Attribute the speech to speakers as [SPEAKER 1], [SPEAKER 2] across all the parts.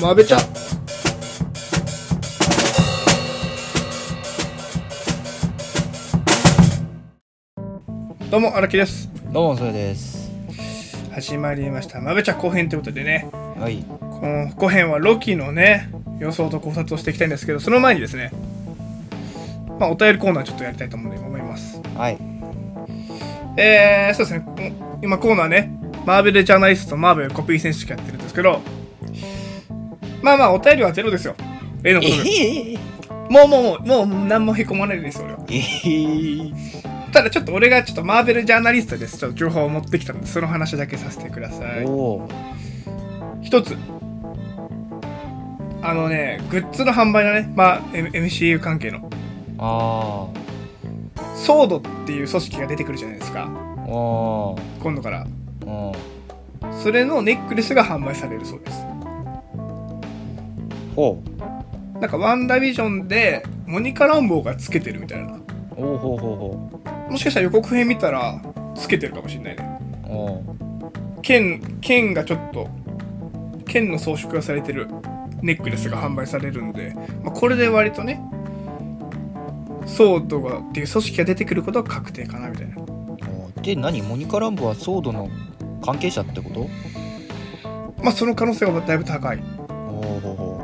[SPEAKER 1] まべちゃどうも荒木です
[SPEAKER 2] どうもそれです
[SPEAKER 1] 始まりましたまべちゃ後編ということでね
[SPEAKER 2] はい
[SPEAKER 1] この後編はロキのね予想と考察をしていきたいんですけどその前にですねまあお便りコーナーちょっとやりたいと思うんで思います
[SPEAKER 2] はい
[SPEAKER 1] えー、そうですねうん今コーナーねマーベルジャーナリストマーベルコピー選手権やってるんですけどまあまあお便りはゼロですよ例のことで
[SPEAKER 2] え
[SPEAKER 1] もうもうもうもう何もへこまないです俺は
[SPEAKER 2] えー、
[SPEAKER 1] ただちょっと俺がちょっとマーベルジャーナリストですちょっと情報を持ってきたんでその話だけさせてください
[SPEAKER 2] おお
[SPEAKER 1] 一つあのねグッズの販売のねまあ M- MCU 関係の
[SPEAKER 2] あ
[SPEAKER 1] ソードっていう組織が出てくるじゃないですか
[SPEAKER 2] ーおー
[SPEAKER 1] 今度から
[SPEAKER 2] おー
[SPEAKER 1] それのネックレスが販売されるそうです
[SPEAKER 2] ほ
[SPEAKER 1] なんかワンダービジョンでモニカ・ランボーがつけてるみたいな
[SPEAKER 2] うおーほうほ
[SPEAKER 1] もしかしたら予告編見たらつけてるかもしれないね
[SPEAKER 2] うほうおー
[SPEAKER 1] 剣剣がちょっと剣の装飾がされてるネックレスが販売されるんで、まあ、これで割とねソードがっていう組織が出てくることは確定かなみたいな
[SPEAKER 2] おーで何モニカ・ランボはソードの関係者ってこと
[SPEAKER 1] まあその可能性はだいぶ高い
[SPEAKER 2] おおほうほ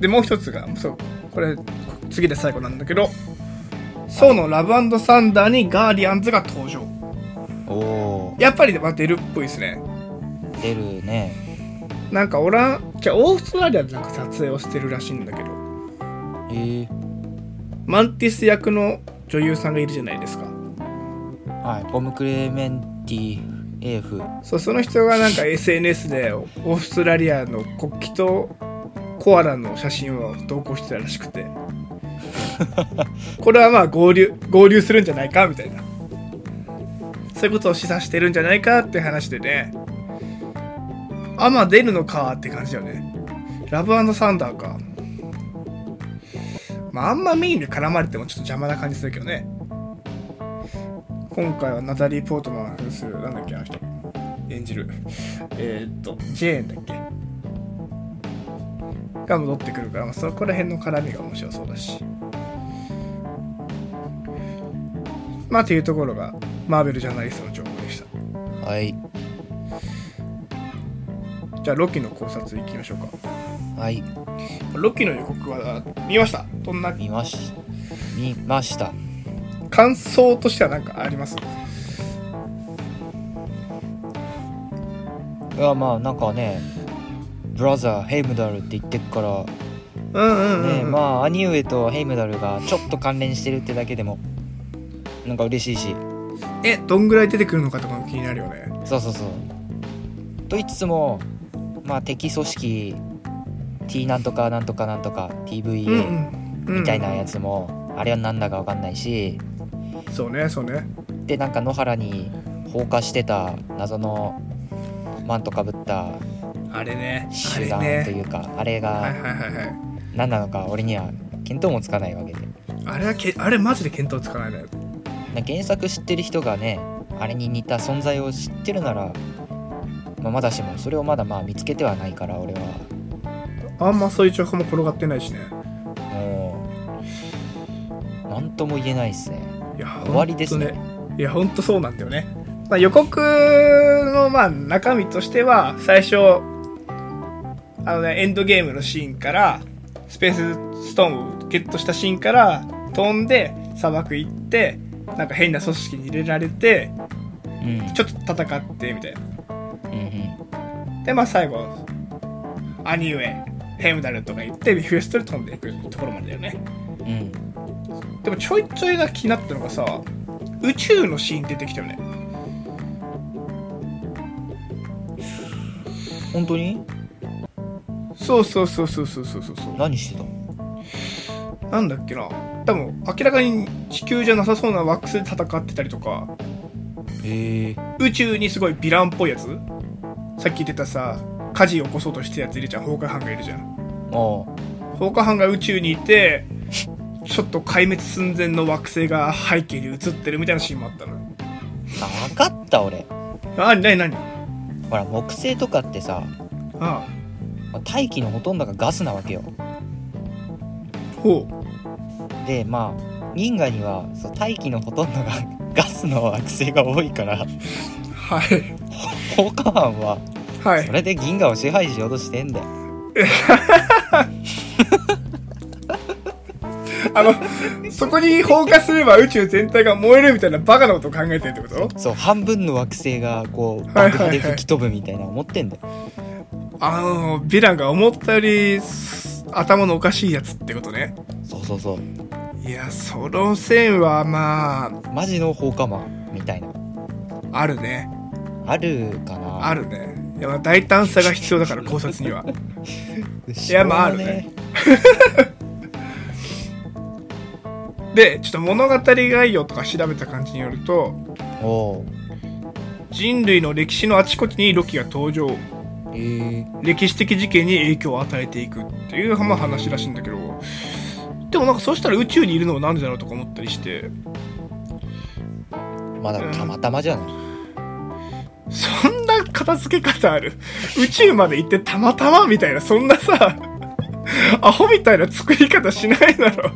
[SPEAKER 1] でもう一つがそうこれ次で最後なんだけどソーのラブサンダーにガーディアンズが登場
[SPEAKER 2] うおお
[SPEAKER 1] やっぱりねまあ出るっぽいですね
[SPEAKER 2] 出るね
[SPEAKER 1] なんかオランじゃあオーストラリアでなんか撮影をしてるらしいんだけど
[SPEAKER 2] えー、
[SPEAKER 1] マンティス役の女優さんがいるじゃないですか
[SPEAKER 2] はいポム・クレメンティ AF
[SPEAKER 1] そうその人がなんか SNS でオーストラリアの国旗とコアラの写真を投稿してたらしくてこれはまあ合流合流するんじゃないかみたいなそういうことを示唆してるんじゃないかって話でねあまあ出るのかって感じだよねラブサンダーかまああんまメインで絡まれてもちょっと邪魔な感じするけどね今回はナタリー・ポートマン扮するなんだっけあの人演じるえーっとジェーンだっけが戻ってくるから、まあ、そこら辺の絡みが面白そうだしまあというところがマーベルジャーナリストの情報でした
[SPEAKER 2] はい
[SPEAKER 1] じゃあロキの考察いきましょうか
[SPEAKER 2] はい
[SPEAKER 1] ロキの予告は見ましたどんな
[SPEAKER 2] 見まし見ました
[SPEAKER 1] 感想としては何かあります
[SPEAKER 2] いやまあなんかねブラザーヘイムダルって言ってっから
[SPEAKER 1] うんうんうん、
[SPEAKER 2] ねまあ兄上とヘイムダルがちょっと関連してるってだけでもなんか嬉しいし
[SPEAKER 1] えどんぐらい出てくるのかとかも気になるよね
[SPEAKER 2] そうそうそうと言いつつもまあ敵組織 T なんとかなんとかなんとか
[SPEAKER 1] うん
[SPEAKER 2] TVA
[SPEAKER 1] うんうん
[SPEAKER 2] みたいなやつもあれはなんだかわかんないし
[SPEAKER 1] そうねそうね
[SPEAKER 2] でなんか野原に放火してた謎のマントかぶった
[SPEAKER 1] あれねあ
[SPEAKER 2] 集
[SPEAKER 1] れ
[SPEAKER 2] 団と
[SPEAKER 1] ね
[SPEAKER 2] いうかあれ
[SPEAKER 1] はい
[SPEAKER 2] が
[SPEAKER 1] はいはいはい
[SPEAKER 2] 何なのか俺には見当もつかないわけで
[SPEAKER 1] あれはけあれマジで見当つかないね
[SPEAKER 2] な原作知ってる人がねあれに似た存在を知ってるなら、まあ、まだしもそれをまだまあ見つけてはないから俺は
[SPEAKER 1] あんまそういう情報も転がってないしね
[SPEAKER 2] もう何とも言えないっすね
[SPEAKER 1] いや
[SPEAKER 2] 終わりですね
[SPEAKER 1] ほんといやほんとそうなんだよね、まあ、予告のまあ中身としては最初あのねエンドゲームのシーンからスペースストーンをゲットしたシーンから飛んで砂漠行ってなんか変な組織に入れられて
[SPEAKER 2] うん
[SPEAKER 1] ちょっと戦ってみたいな
[SPEAKER 2] うんうん
[SPEAKER 1] でまあ最後兄上ヘムダルとか言ってビフェストで飛んでいくところまでだよね
[SPEAKER 2] うん
[SPEAKER 1] でもちょいちょいが気になったのがさ宇宙のシーン出てきたよね
[SPEAKER 2] 本当に
[SPEAKER 1] そうそうそうそうそうそうそうそう
[SPEAKER 2] 何してたの
[SPEAKER 1] なんだっけな多分明らかに地球じゃなさそうな惑星で戦ってたりとか
[SPEAKER 2] へえ
[SPEAKER 1] 宇宙にすごいヴィランっぽいやつさっき言ってたさ火事起こそうとしてるやついるじゃん放火犯がいるじゃん
[SPEAKER 2] あ
[SPEAKER 1] 放火犯が宇宙にいてちょっと壊滅寸前の惑星が背景に映ってるみたいなシーンもあったのよ
[SPEAKER 2] あ分かった俺
[SPEAKER 1] あ何何何
[SPEAKER 2] ほら木星とかってさ
[SPEAKER 1] あ
[SPEAKER 2] まあ大気のほとんどがガスなわけよ
[SPEAKER 1] ほう
[SPEAKER 2] でまあ銀河にはそう大気のほとんどが ガスの惑星が多いから
[SPEAKER 1] はい
[SPEAKER 2] 放火犯は
[SPEAKER 1] は
[SPEAKER 2] そ
[SPEAKER 1] い
[SPEAKER 2] れで銀河を支配しようとしてんだよ
[SPEAKER 1] あのそこに放火すれば宇宙全体が燃えるみたいなバカなことを考えてるってこと
[SPEAKER 2] そう半分の惑星がこう
[SPEAKER 1] はいはいはい
[SPEAKER 2] 爆破で吹き飛ぶみたいな思ってんだよ、
[SPEAKER 1] あのヴィランが思ったよりす頭のおかしいやつってことね
[SPEAKER 2] そうそうそう
[SPEAKER 1] いやその線はまあ
[SPEAKER 2] マジの放火魔みたいな
[SPEAKER 1] あるね
[SPEAKER 2] あるかな
[SPEAKER 1] あるねいやまあ大胆さが必要だから考察には
[SPEAKER 2] い
[SPEAKER 1] やまああるねでちょっと物語概要とか調べた感じによると
[SPEAKER 2] おお
[SPEAKER 1] 人類の歴史のあちこちにロキが登場
[SPEAKER 2] ーえ
[SPEAKER 1] 歴史的事件に影響を与えていくっていう、まあ、話らしいんだけどでもなんかそうしたら宇宙にいるのはなんでだろうとか思ったりして
[SPEAKER 2] ー、まあだからたまたまじゃない、
[SPEAKER 1] そんな片付け方ある宇宙まで行ってたまたまみたいなそんなさアホみたいな作り方しないだろ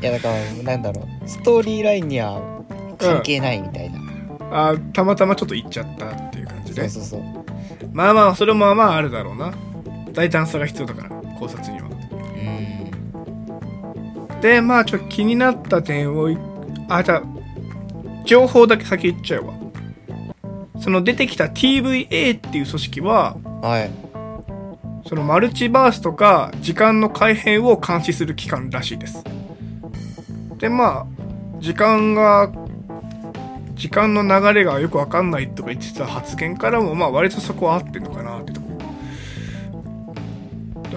[SPEAKER 2] いやだからなんだろうストーリーラインには関係ないみたいな、
[SPEAKER 1] あたまたまちょっと行っちゃったっていう感じ
[SPEAKER 2] そう
[SPEAKER 1] ね
[SPEAKER 2] そうそう
[SPEAKER 1] まあまあそれもまあまああるだろうな大胆さが必要だから考察には
[SPEAKER 2] うん
[SPEAKER 1] でまあちょっと気になった点をいあじゃあ情報だけ先言っちゃうわその出てきた TVA っていう組織は
[SPEAKER 2] はい
[SPEAKER 1] そのマルチバースとか時間の改変を監視する機関らしいですでまあ時間が時間の流れがよくわかんないとか言ってた発言からもまあ割とそこは合ってんのかなってとこ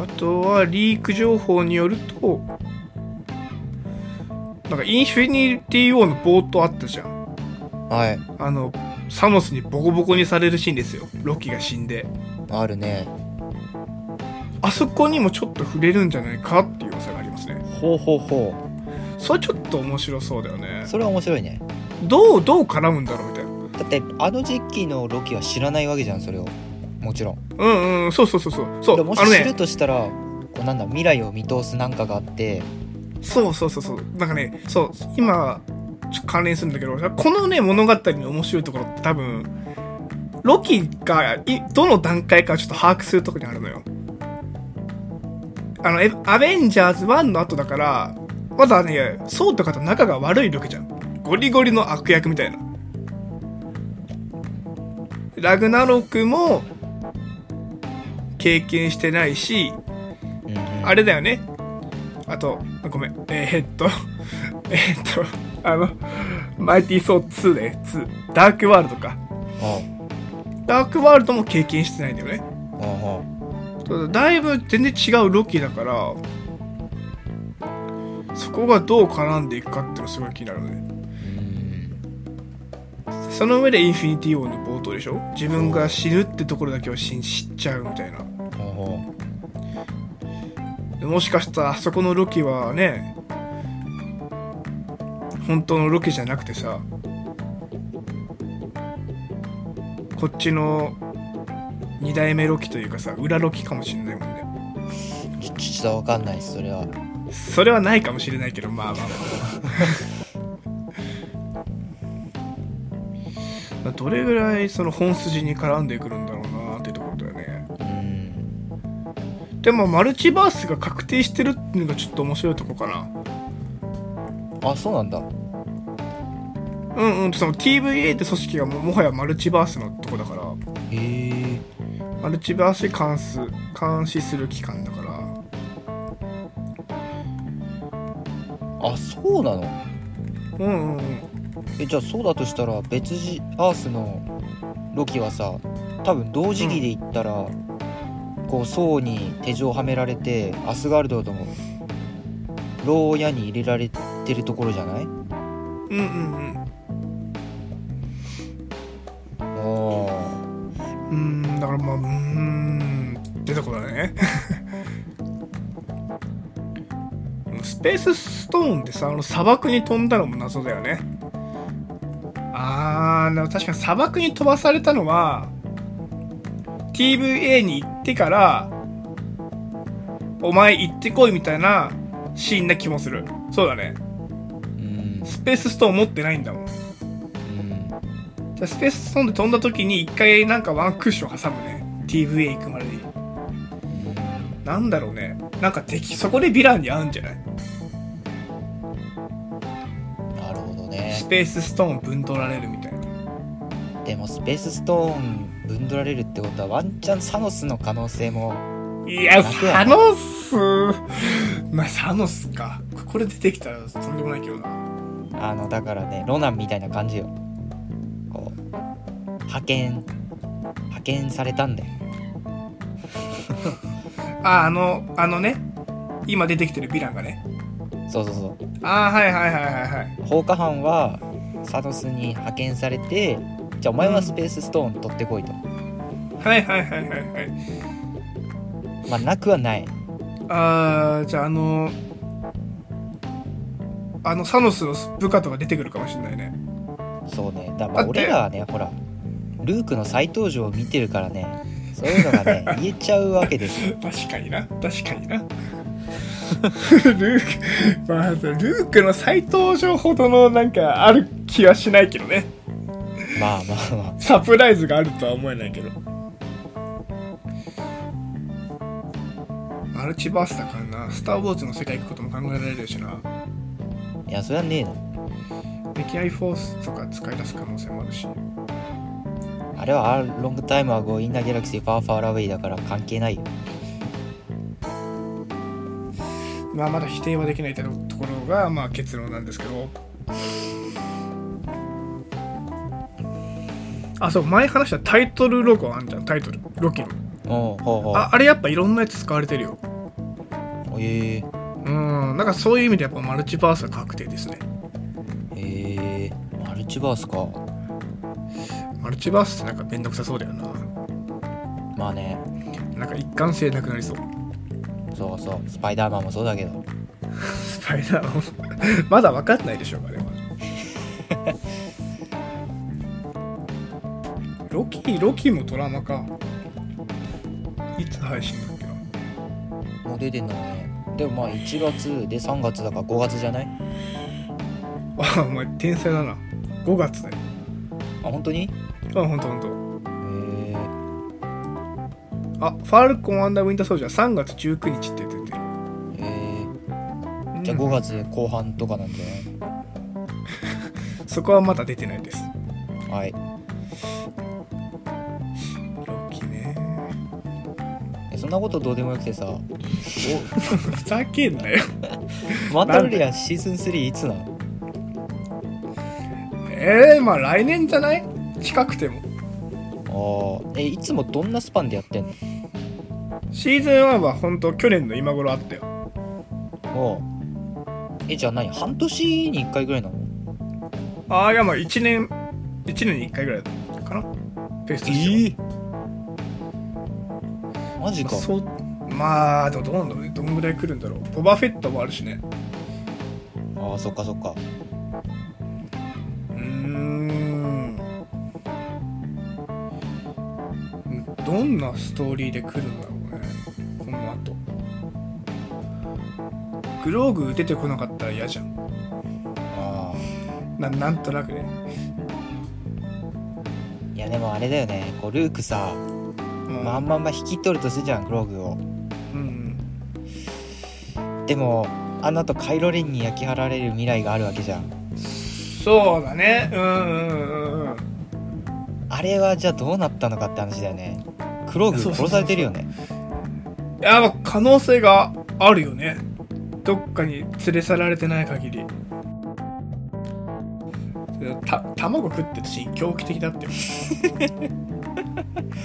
[SPEAKER 1] あとはリーク情報によるとなんかインフィニティ・ウォーの冒頭あったじゃん
[SPEAKER 2] はい
[SPEAKER 1] あのサノスにボコボコにされるシーンですよロキが死んで
[SPEAKER 2] あるね
[SPEAKER 1] あそこにもちょっと触れるんじゃないかっていう噂がありますね
[SPEAKER 2] ほうほうほ
[SPEAKER 1] それちょっと面白そうだよね
[SPEAKER 2] うそれは面白いね
[SPEAKER 1] どうどう絡むんだろうみたいな
[SPEAKER 2] だってあの時期のロキは知らないわけじゃんそれをもちろん
[SPEAKER 1] うんうんそうそうそうそうそ
[SPEAKER 2] で
[SPEAKER 1] う
[SPEAKER 2] も
[SPEAKER 1] あの
[SPEAKER 2] し知る
[SPEAKER 1] ね
[SPEAKER 2] としたら、こうなんだ未来を見通すなんかがあって
[SPEAKER 1] そうそうそうそうなんかねそう今ちょっと関連するんだけどこのね物語の面白いところって多分ロキがいどの段階かちょっと把握するとこにあるのよあのえアベンジャーズ1の後だからまだねソウとかと仲が悪いロキじゃんゴリゴリの悪役みたいなラグナロクも経験してないし
[SPEAKER 2] うんうん
[SPEAKER 1] あれだよね。あと、ごめん。えー、っと、 えー、っと、あの、マイティーソー2だよ、2。ダークワールドか。
[SPEAKER 2] あ
[SPEAKER 1] ダークワールドも経験してないんだよね。
[SPEAKER 2] ああ
[SPEAKER 1] だいぶ全然違うロキだから、そこがどう絡んでいくかっていうのすごい気になるね。
[SPEAKER 2] うん
[SPEAKER 1] その上でインフィニティ王の冒頭でしょ自分が死ぬってところだけを信じちゃうみたいな。
[SPEAKER 2] ほうほ
[SPEAKER 1] でもしかしたらあそこのロキはね本当のロキじゃなくてさこっちの2代目ロキというかさ裏ロキかもしれないもんね
[SPEAKER 2] うちょちょっとわかんないですそれは
[SPEAKER 1] それはないかもしれないけどまあまあまあ まあどれぐらいその本筋に絡んでくるんだろうなってところだよね
[SPEAKER 2] うん
[SPEAKER 1] でもマルチバースが確定してるっていうのがちょっと面白いとこかな
[SPEAKER 2] あそうなんだ
[SPEAKER 1] うんうん、その TVA って組織がももはやマルチバースのとこだから
[SPEAKER 2] へえ
[SPEAKER 1] マルチバース監視監視する機関だから
[SPEAKER 2] あそうなの
[SPEAKER 1] うんうんうん
[SPEAKER 2] えじゃあそうだとしたら別時アースのロキはさ多分同時期で言ったら、こう層に手錠をはめられてアスガルドとも牢屋に入れられてるところじゃない
[SPEAKER 1] うんうん
[SPEAKER 2] あー
[SPEAKER 1] うんうんだからまあうーんってとこだね スペースストーンってさあの砂漠に飛んだのも謎だよねあーでも確かに砂漠に飛ばされたのは TVA に行ってからお前行ってこいみたいなシーンな気もするそうだね
[SPEAKER 2] うん
[SPEAKER 1] スペースストーン持ってないんだもんじゃあスペースストーンで飛んだ時に一回なんかワンクッション挟むね TVA 行くまでになんだろうねなんか敵そこでヴィランに合うんじゃない
[SPEAKER 2] なるほど
[SPEAKER 1] ス
[SPEAKER 2] ね
[SPEAKER 1] ペースストーンぶん取られるみたいな
[SPEAKER 2] でもスペースストーンぶんどられるってことはワンチャンサノスの可能性も
[SPEAKER 1] いや、
[SPEAKER 2] 楽や
[SPEAKER 1] サ
[SPEAKER 2] な
[SPEAKER 1] ノス、 まあ、サノスか。これ出てきたらとんでもないけどな。
[SPEAKER 2] あのだからねロナンみたいな感じよこう派遣派遣されたんだよ
[SPEAKER 1] あ、あの、あのね、今出てきてるヴィランがね。
[SPEAKER 2] そうそうそう
[SPEAKER 1] あーはいはいはいはいはい。
[SPEAKER 2] 放火犯はサノスに派遣されてじゃあお前はスペースストーン取ってこいと
[SPEAKER 1] はいはいはいはいはい。
[SPEAKER 2] まあなくはない
[SPEAKER 1] あー、じゃああの、あのサノスの部下とか出てくるかもしれないね。
[SPEAKER 2] そうねだからまあ
[SPEAKER 1] だって
[SPEAKER 2] 俺らはねほらルークの再登場を見てるからねそういう のがね言えちゃうわけですよ
[SPEAKER 1] 確かにな。確かにな。 ルーク、まあ、ルークの再登場ほどのなんかある気はしないけどね。
[SPEAKER 2] まあまあま
[SPEAKER 1] サプライズがあるとは思えないけどマルチバースだからなスター・ウォーズの世界行くことも考えられるしない
[SPEAKER 2] やそれはねえの
[SPEAKER 1] 溺愛フォースとか使い出す可能性もあるし
[SPEAKER 2] あれはロングタイムは Go in the Galaxy Far Far Away だから関係ないよ
[SPEAKER 1] まあまだ否定はできないところがまあ結論なんですけどあそう前話したタイトルロゴあんじゃんタイトルロキの
[SPEAKER 2] おうほうほう
[SPEAKER 1] ああれやっぱいろんなやつ使われてるよ
[SPEAKER 2] ええ
[SPEAKER 1] うんなんかそういう意味でやっぱマルチバースは確定ですね
[SPEAKER 2] えー、マルチバースか
[SPEAKER 1] マルチバースってなんかめんどくさそうだよな
[SPEAKER 2] まあね
[SPEAKER 1] なんか一貫性なくなりそう。
[SPEAKER 2] そうそうスパイダーマンもそうだけど
[SPEAKER 1] スパイダーマ ン。まだ分かんないでしょうかね。 ロキ、ロキもドラマか。いつ配信だっけな。
[SPEAKER 2] もう出てんのはねでもまあ1月で3月だから5月じゃない
[SPEAKER 1] あ、お前天才だな。5月だよ。
[SPEAKER 2] あ本当に
[SPEAKER 1] あ、ほんとほんと。
[SPEAKER 2] えー、
[SPEAKER 1] あ、ファルコンウィンターソルジャー3月19日って出てる。
[SPEAKER 2] えー、じゃあ
[SPEAKER 1] う
[SPEAKER 2] 5
[SPEAKER 1] ん
[SPEAKER 2] 月後半とかなんじゃない、
[SPEAKER 1] そこはまだ出てないです。
[SPEAKER 2] はい
[SPEAKER 1] ロキね。
[SPEAKER 2] えそんなことどうでもよくてさ
[SPEAKER 1] ふざけんなよ。
[SPEAKER 2] マンダロリアンシーズン3いつなの
[SPEAKER 1] えー、まあ来年じゃない近くても。
[SPEAKER 2] ああえいつもどんなスパンでやってんの
[SPEAKER 1] シーズン1は本当去年の今頃あったよ。
[SPEAKER 2] おうえじゃあ何半年に1回ぐらいなの
[SPEAKER 1] ああ、いや、まあ、1年、一年に1回ぐらいだったかな。ペースとしては
[SPEAKER 2] マジか
[SPEAKER 1] まあそう、まあ、でもどうなんだろうね。どんぐらい来るんだろう。ボバフェットもあるしね。
[SPEAKER 2] ああそっかそっか
[SPEAKER 1] うーん。どんなストーリーで来るんだろうね。この後。グローグ出てこなかったら嫌じゃん。
[SPEAKER 2] あ
[SPEAKER 1] ななんとなくね。
[SPEAKER 2] あいやでもあれだよねこうルークさ
[SPEAKER 1] うん
[SPEAKER 2] まんまんま引き取るとするじゃんグローグを
[SPEAKER 1] うん
[SPEAKER 2] でもあの後カイロレンに焼き払われる未来があるわけじゃん
[SPEAKER 1] うん。そうだね。うんうんうんうん。
[SPEAKER 2] あれはじゃあどうなったのかって話だよねクローグ
[SPEAKER 1] そうそうそうそう
[SPEAKER 2] 殺されてるよね
[SPEAKER 1] いやまあ可能性があるよねどっかに連れ去られてない限りた卵食ってるシーン狂気的だ ってよ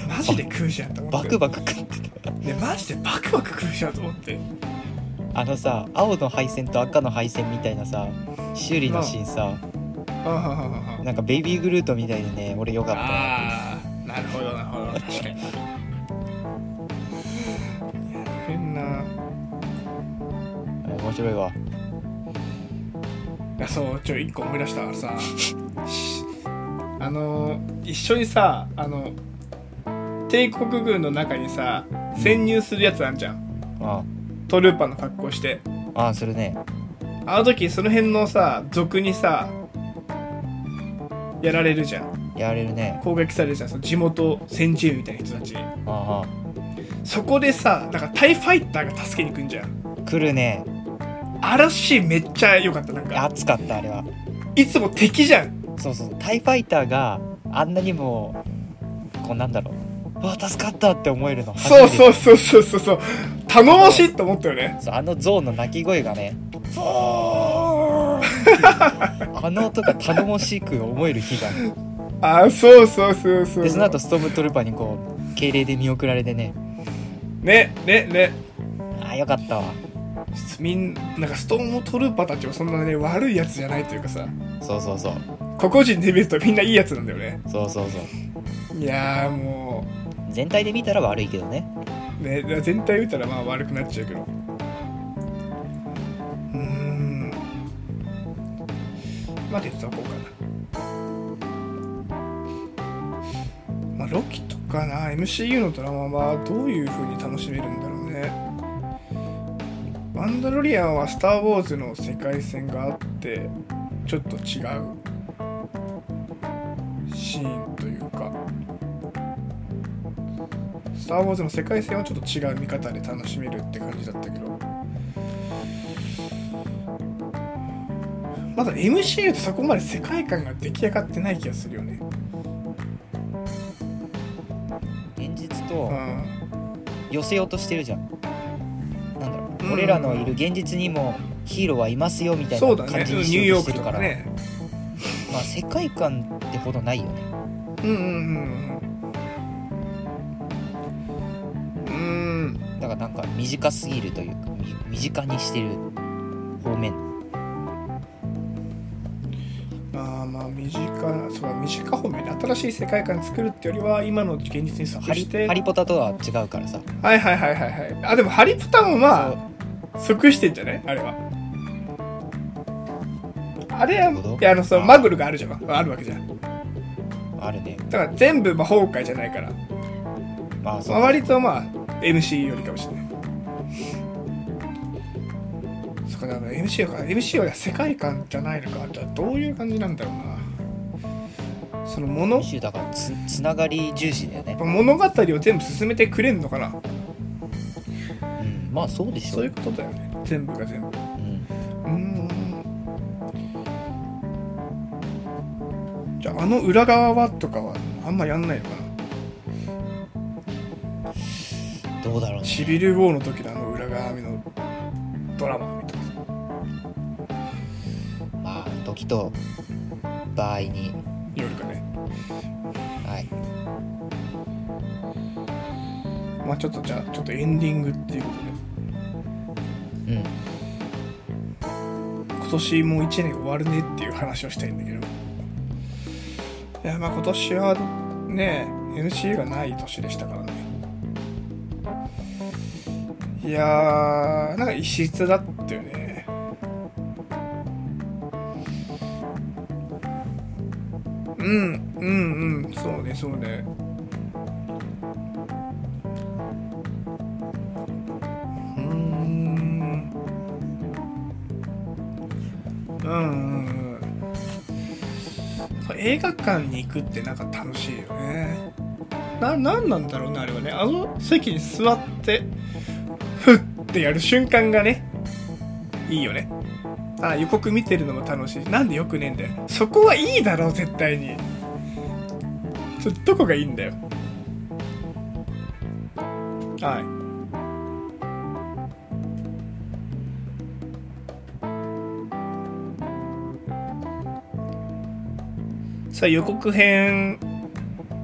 [SPEAKER 1] マジで食うじゃんと思
[SPEAKER 2] バ
[SPEAKER 1] って
[SPEAKER 2] クバク食ってた
[SPEAKER 1] ねマジでバクバク食うじゃんと思って
[SPEAKER 2] あのさ青の配線と赤の配線みたいなさ修理のシーンさ
[SPEAKER 1] あはははは
[SPEAKER 2] なんかベイビーグルートみたいでね俺よかったな
[SPEAKER 1] あーなるほどなるほど確かにいや変な
[SPEAKER 2] 面白いわ
[SPEAKER 1] いやそうちょ一個思い出したからさしあの一緒にさあの帝国軍の中にさ潜入するやつあんじゃん
[SPEAKER 2] あ
[SPEAKER 1] トルーパンの格好して
[SPEAKER 2] ああするね
[SPEAKER 1] あの時その辺のさ族にさやられるじゃん
[SPEAKER 2] やれるね
[SPEAKER 1] 攻撃されるじゃんその地元先住民みたいな人たちに
[SPEAKER 2] あ
[SPEAKER 1] そこでさなんかタイファイターが助けに来んじゃん
[SPEAKER 2] あ来るね
[SPEAKER 1] 嵐めっちゃ良かったなんか
[SPEAKER 2] 熱かったあれはい
[SPEAKER 1] つも敵じゃん
[SPEAKER 2] そうそうタイファイターがあんなにもこうなんだろううわ助かったって思えるの初
[SPEAKER 1] そ
[SPEAKER 2] め
[SPEAKER 1] う
[SPEAKER 2] て
[SPEAKER 1] そうそうそうそうそう頼もしいと思ったよね
[SPEAKER 2] そうあのゾウの鳴き声が ねゾウあの音が頼もしく思える日がある
[SPEAKER 1] あそうそうそうそう
[SPEAKER 2] でその後ストームトルーパーにこう敬礼で見送られてね
[SPEAKER 1] ねねね
[SPEAKER 2] ああよかったわ
[SPEAKER 1] みんなんかストームトルーパーたちはそんなね悪いやつじゃないというかさ
[SPEAKER 2] そうそうそう
[SPEAKER 1] 個々人で見るとみんないいやつなんだよね
[SPEAKER 2] そうそうそう
[SPEAKER 1] いやーも
[SPEAKER 2] 全体で見たら悪いけどね
[SPEAKER 1] うね全体見たらまあ悪くなっちゃうけどうーんまあ出ておこうかなまあロキとかな MCU のドラマはどういう風に楽しめるんだろうねマンダロリアンは「スター・ウォーズ」の世界線があってちょっと違うシーンというかスター・ウォーズの世界線はちょっと違う見方で楽しめるって感じだったけどまだ MCU ってそこまで世界観が出来上がってない気がするよね
[SPEAKER 2] 現実
[SPEAKER 1] う
[SPEAKER 2] と
[SPEAKER 1] ん
[SPEAKER 2] 寄せようとしてるじゃんなんだろ
[SPEAKER 1] う
[SPEAKER 2] うん俺らのいる現実にもヒーローはいますよみたい
[SPEAKER 1] そ
[SPEAKER 2] な
[SPEAKER 1] うだね
[SPEAKER 2] 感じ
[SPEAKER 1] うん
[SPEAKER 2] に
[SPEAKER 1] ニ
[SPEAKER 2] し
[SPEAKER 1] ュー
[SPEAKER 2] よう
[SPEAKER 1] ヨ
[SPEAKER 2] と
[SPEAKER 1] ーク
[SPEAKER 2] してる
[SPEAKER 1] と
[SPEAKER 2] か
[SPEAKER 1] からね
[SPEAKER 2] まあ世界観ってほどないよね
[SPEAKER 1] うんうんうんうんう
[SPEAKER 2] だからなんか短すぎるというかみ身近にしてる方面
[SPEAKER 1] ーんまあまあ短いそうだ短方面で新しい世界観作るってよりは今の現実に
[SPEAKER 2] ハ
[SPEAKER 1] 即
[SPEAKER 2] リ
[SPEAKER 1] して
[SPEAKER 2] ハリポタとは違うからさ
[SPEAKER 1] はいはいはいはいはいあでもハリプタもまあ即してんじゃねあれはあれは
[SPEAKER 2] なるほど
[SPEAKER 1] いやあのその
[SPEAKER 2] あー
[SPEAKER 1] マグルがあるじゃんあるわけじゃんだ
[SPEAKER 2] そうあるね
[SPEAKER 1] から全部まあ崩壊じゃないから、
[SPEAKER 2] まあそ
[SPEAKER 1] まあ、
[SPEAKER 2] う
[SPEAKER 1] 割とまあ MC よりかもしれないそっかだから MC か MC は世界観じゃないのかじゃあどういう感じなんだろうなその物
[SPEAKER 2] 一種だからつつながり重視だよね
[SPEAKER 1] 物語を全部進めてくれんのかな
[SPEAKER 2] うんまあそうでしょ
[SPEAKER 1] そういうことだよね全部が全部
[SPEAKER 2] うん、
[SPEAKER 1] うーんじゃああの裏側はとかはあんまやんないのかな
[SPEAKER 2] どうだろうね
[SPEAKER 1] シビル・ウォーの時のあの裏側のドラマみたいな
[SPEAKER 2] まあ時と場合に
[SPEAKER 1] よりかね
[SPEAKER 2] はい
[SPEAKER 1] まあちょっとじゃあちょっとエンディングっていうことで
[SPEAKER 2] うん
[SPEAKER 1] 今年もう1年終わるねっていう話をしたいんだけどいやまあ今年はね MCU がない年でしたからねいやーなんか異質だったよねうんうんうんそうねそうねうーんうんうんうんやっぱ映画館に行くってなんか楽しいよねななんなんだろうねあれはねあの席に座ってふってやる瞬間がねいいよねあ予告見てるのも楽しいしなんでよくねえんだよそこはいいだろう絶対にちょどこがいいんだよはいさあ予告編
[SPEAKER 2] あ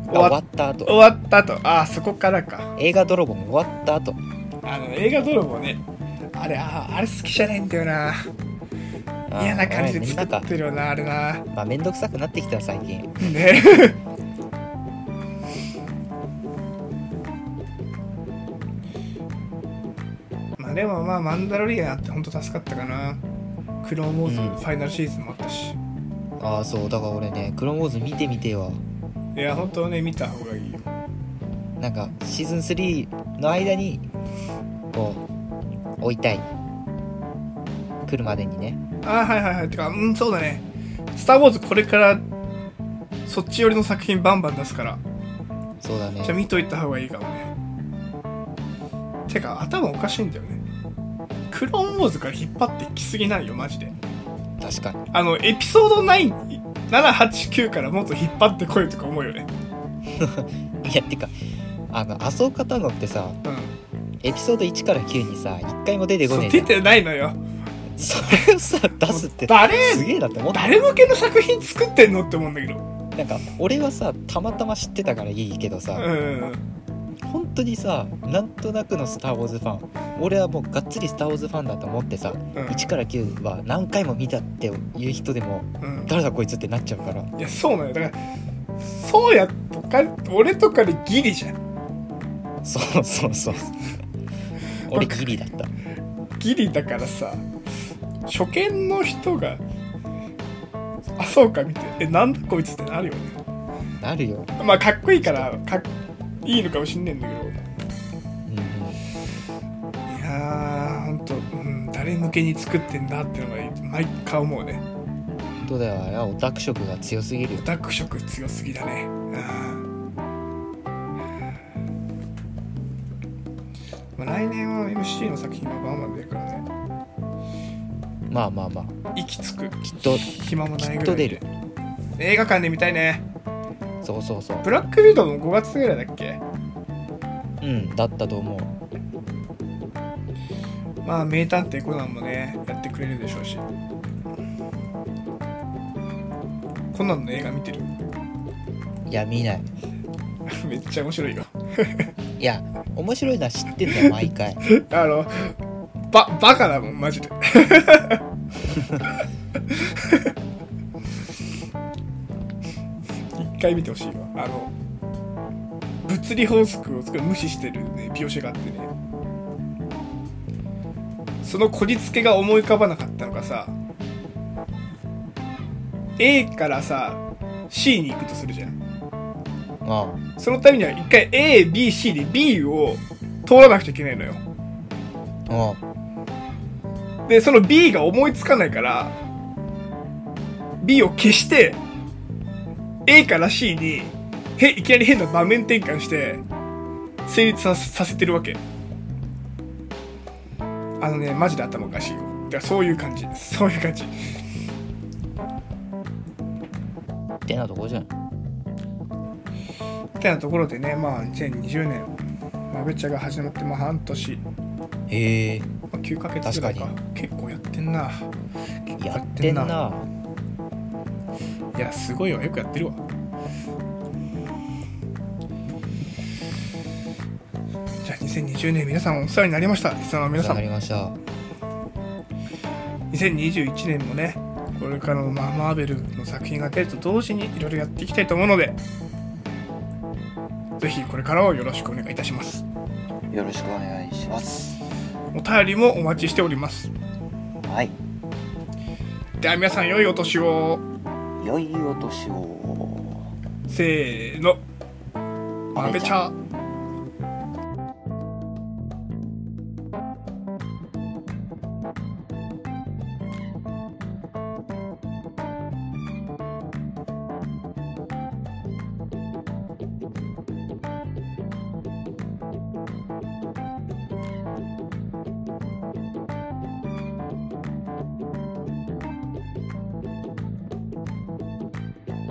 [SPEAKER 1] 終
[SPEAKER 2] 終
[SPEAKER 1] わ
[SPEAKER 2] わ
[SPEAKER 1] っ
[SPEAKER 2] った後
[SPEAKER 1] 終わったとああそこからか
[SPEAKER 2] 映画泥棒も終わった後
[SPEAKER 1] あの映画泥棒ねあれああれ好きじゃないんだよな
[SPEAKER 2] あー
[SPEAKER 1] 嫌な感じで
[SPEAKER 2] なん
[SPEAKER 1] 作
[SPEAKER 2] か
[SPEAKER 1] ってるよなあれな
[SPEAKER 2] まあ面倒くさくなってきた最近
[SPEAKER 1] ね まあでもまあマンダロリアンあって本当助かったかなクローンウォーズ
[SPEAKER 2] うん
[SPEAKER 1] ファイナルシーズンもあったし、
[SPEAKER 2] ああそうだから俺ねクローンウォーズ見てみてよ
[SPEAKER 1] いや本当ね見た方がいいよ
[SPEAKER 2] なんかシーズン3の間にこう追いたい来るまでにね
[SPEAKER 1] あーはいはいはいてかうんそうだね「スター・ウォーズ」これからそっち寄りの作品バンバン出すから
[SPEAKER 2] そうだね
[SPEAKER 1] じゃあ見といた方がいいかもねてか頭おかしいんだよねクローンウォーズから引っ張ってきすぎないよマジで
[SPEAKER 2] 確かに
[SPEAKER 1] あのエピソード9789からもっと引っ張ってこいとか思うよね
[SPEAKER 2] いやてかあの麻生方のってさ
[SPEAKER 1] うん
[SPEAKER 2] エピソード1から9にさ1回も出てこ
[SPEAKER 1] そ
[SPEAKER 2] ね
[SPEAKER 1] う
[SPEAKER 2] えじ
[SPEAKER 1] 出
[SPEAKER 2] ゃん
[SPEAKER 1] てないのよ
[SPEAKER 2] それをさ出すって
[SPEAKER 1] 誰
[SPEAKER 2] すげえなって思った
[SPEAKER 1] 誰向けの作品作ってんのって思うんだけど
[SPEAKER 2] なんか俺はさたまたま知ってたからいいけど
[SPEAKER 1] う
[SPEAKER 2] さ、
[SPEAKER 1] ん
[SPEAKER 2] 本当にさなんとなくの「スター・ウォーズ」ファン俺はもうがっつり「スター・ウォーズ」ファンだと思ってさ、
[SPEAKER 1] うん
[SPEAKER 2] 1から9は何回も見たっていう人でも
[SPEAKER 1] うん
[SPEAKER 2] 誰だこいつってなっちゃうから
[SPEAKER 1] いやそうなのよだからそうやとか俺とかでギリじゃん
[SPEAKER 2] そうそ うそう俺ギリだった
[SPEAKER 1] ギリだからさ初見の人があそうか見てえなんだこいつってなるよね
[SPEAKER 2] なるよ、
[SPEAKER 1] まあかっこいいからかっいいのかもしんねえんだけど
[SPEAKER 2] うん
[SPEAKER 1] いやーほんと、うん、誰向けに作ってんだってのが毎回思うね
[SPEAKER 2] 本当だよあれはオタク色が強すぎるよ
[SPEAKER 1] オタク色強すぎだねうんまあ来年は MC の作品がバンバン出るからね
[SPEAKER 2] まあまあまあ
[SPEAKER 1] 息つく
[SPEAKER 2] きっと
[SPEAKER 1] 暇もない
[SPEAKER 2] きっ
[SPEAKER 1] ぐ
[SPEAKER 2] と
[SPEAKER 1] ら
[SPEAKER 2] 出
[SPEAKER 1] い
[SPEAKER 2] る
[SPEAKER 1] 映画館で見たいね
[SPEAKER 2] そうそうそう
[SPEAKER 1] ブラックビードウも5月ぐらいだっけ
[SPEAKER 2] うんだったと思う
[SPEAKER 1] まあ名探偵コナンもねやってくれるでしょうしコナンの映画見てる
[SPEAKER 2] いや見ない
[SPEAKER 1] めっちゃ面白いよ
[SPEAKER 2] いや面白いのは知ってんだよ毎回
[SPEAKER 1] あのババカだもんマジで 一回見てほしいわあの物理法則をすごい無視してる、ね、描写があってねそのこじつけが思い浮かばなかったのがさ A からさ C に行くとするじゃん
[SPEAKER 2] あ
[SPEAKER 1] そのためには一回 ABC で B を通らなくちゃいけないのよ
[SPEAKER 2] ああ
[SPEAKER 1] でその B が思いつかないから B を消して A から C にへいきなり変な場面転換して成立ささせてるわけあのねマジで頭おかしいよだからそういう感じそういう感じ
[SPEAKER 2] あってなとこじゃん
[SPEAKER 1] ってなところでねまあ2020年マブチャが始まってもう半年、ま
[SPEAKER 2] へえ
[SPEAKER 1] あ、9ヶ月ぐらいか
[SPEAKER 2] 確
[SPEAKER 1] 結構やってんな結構
[SPEAKER 2] やってんない
[SPEAKER 1] やすごいわよくやってるわじゃあ2020年皆さんお世話になりましたリスナーの皆さ
[SPEAKER 2] わ
[SPEAKER 1] ん
[SPEAKER 2] かりました
[SPEAKER 1] 2021年もねこれからのまあマーベルの作品が出ると同時にいろいろやっていきたいと思うのでぜひこれからをよろしくお願いいたします
[SPEAKER 2] よろしくお願いします
[SPEAKER 1] お便りもお待ちしております
[SPEAKER 2] はい
[SPEAKER 1] では皆さん良いお年を
[SPEAKER 2] 良いお年を
[SPEAKER 1] せーのマベチャー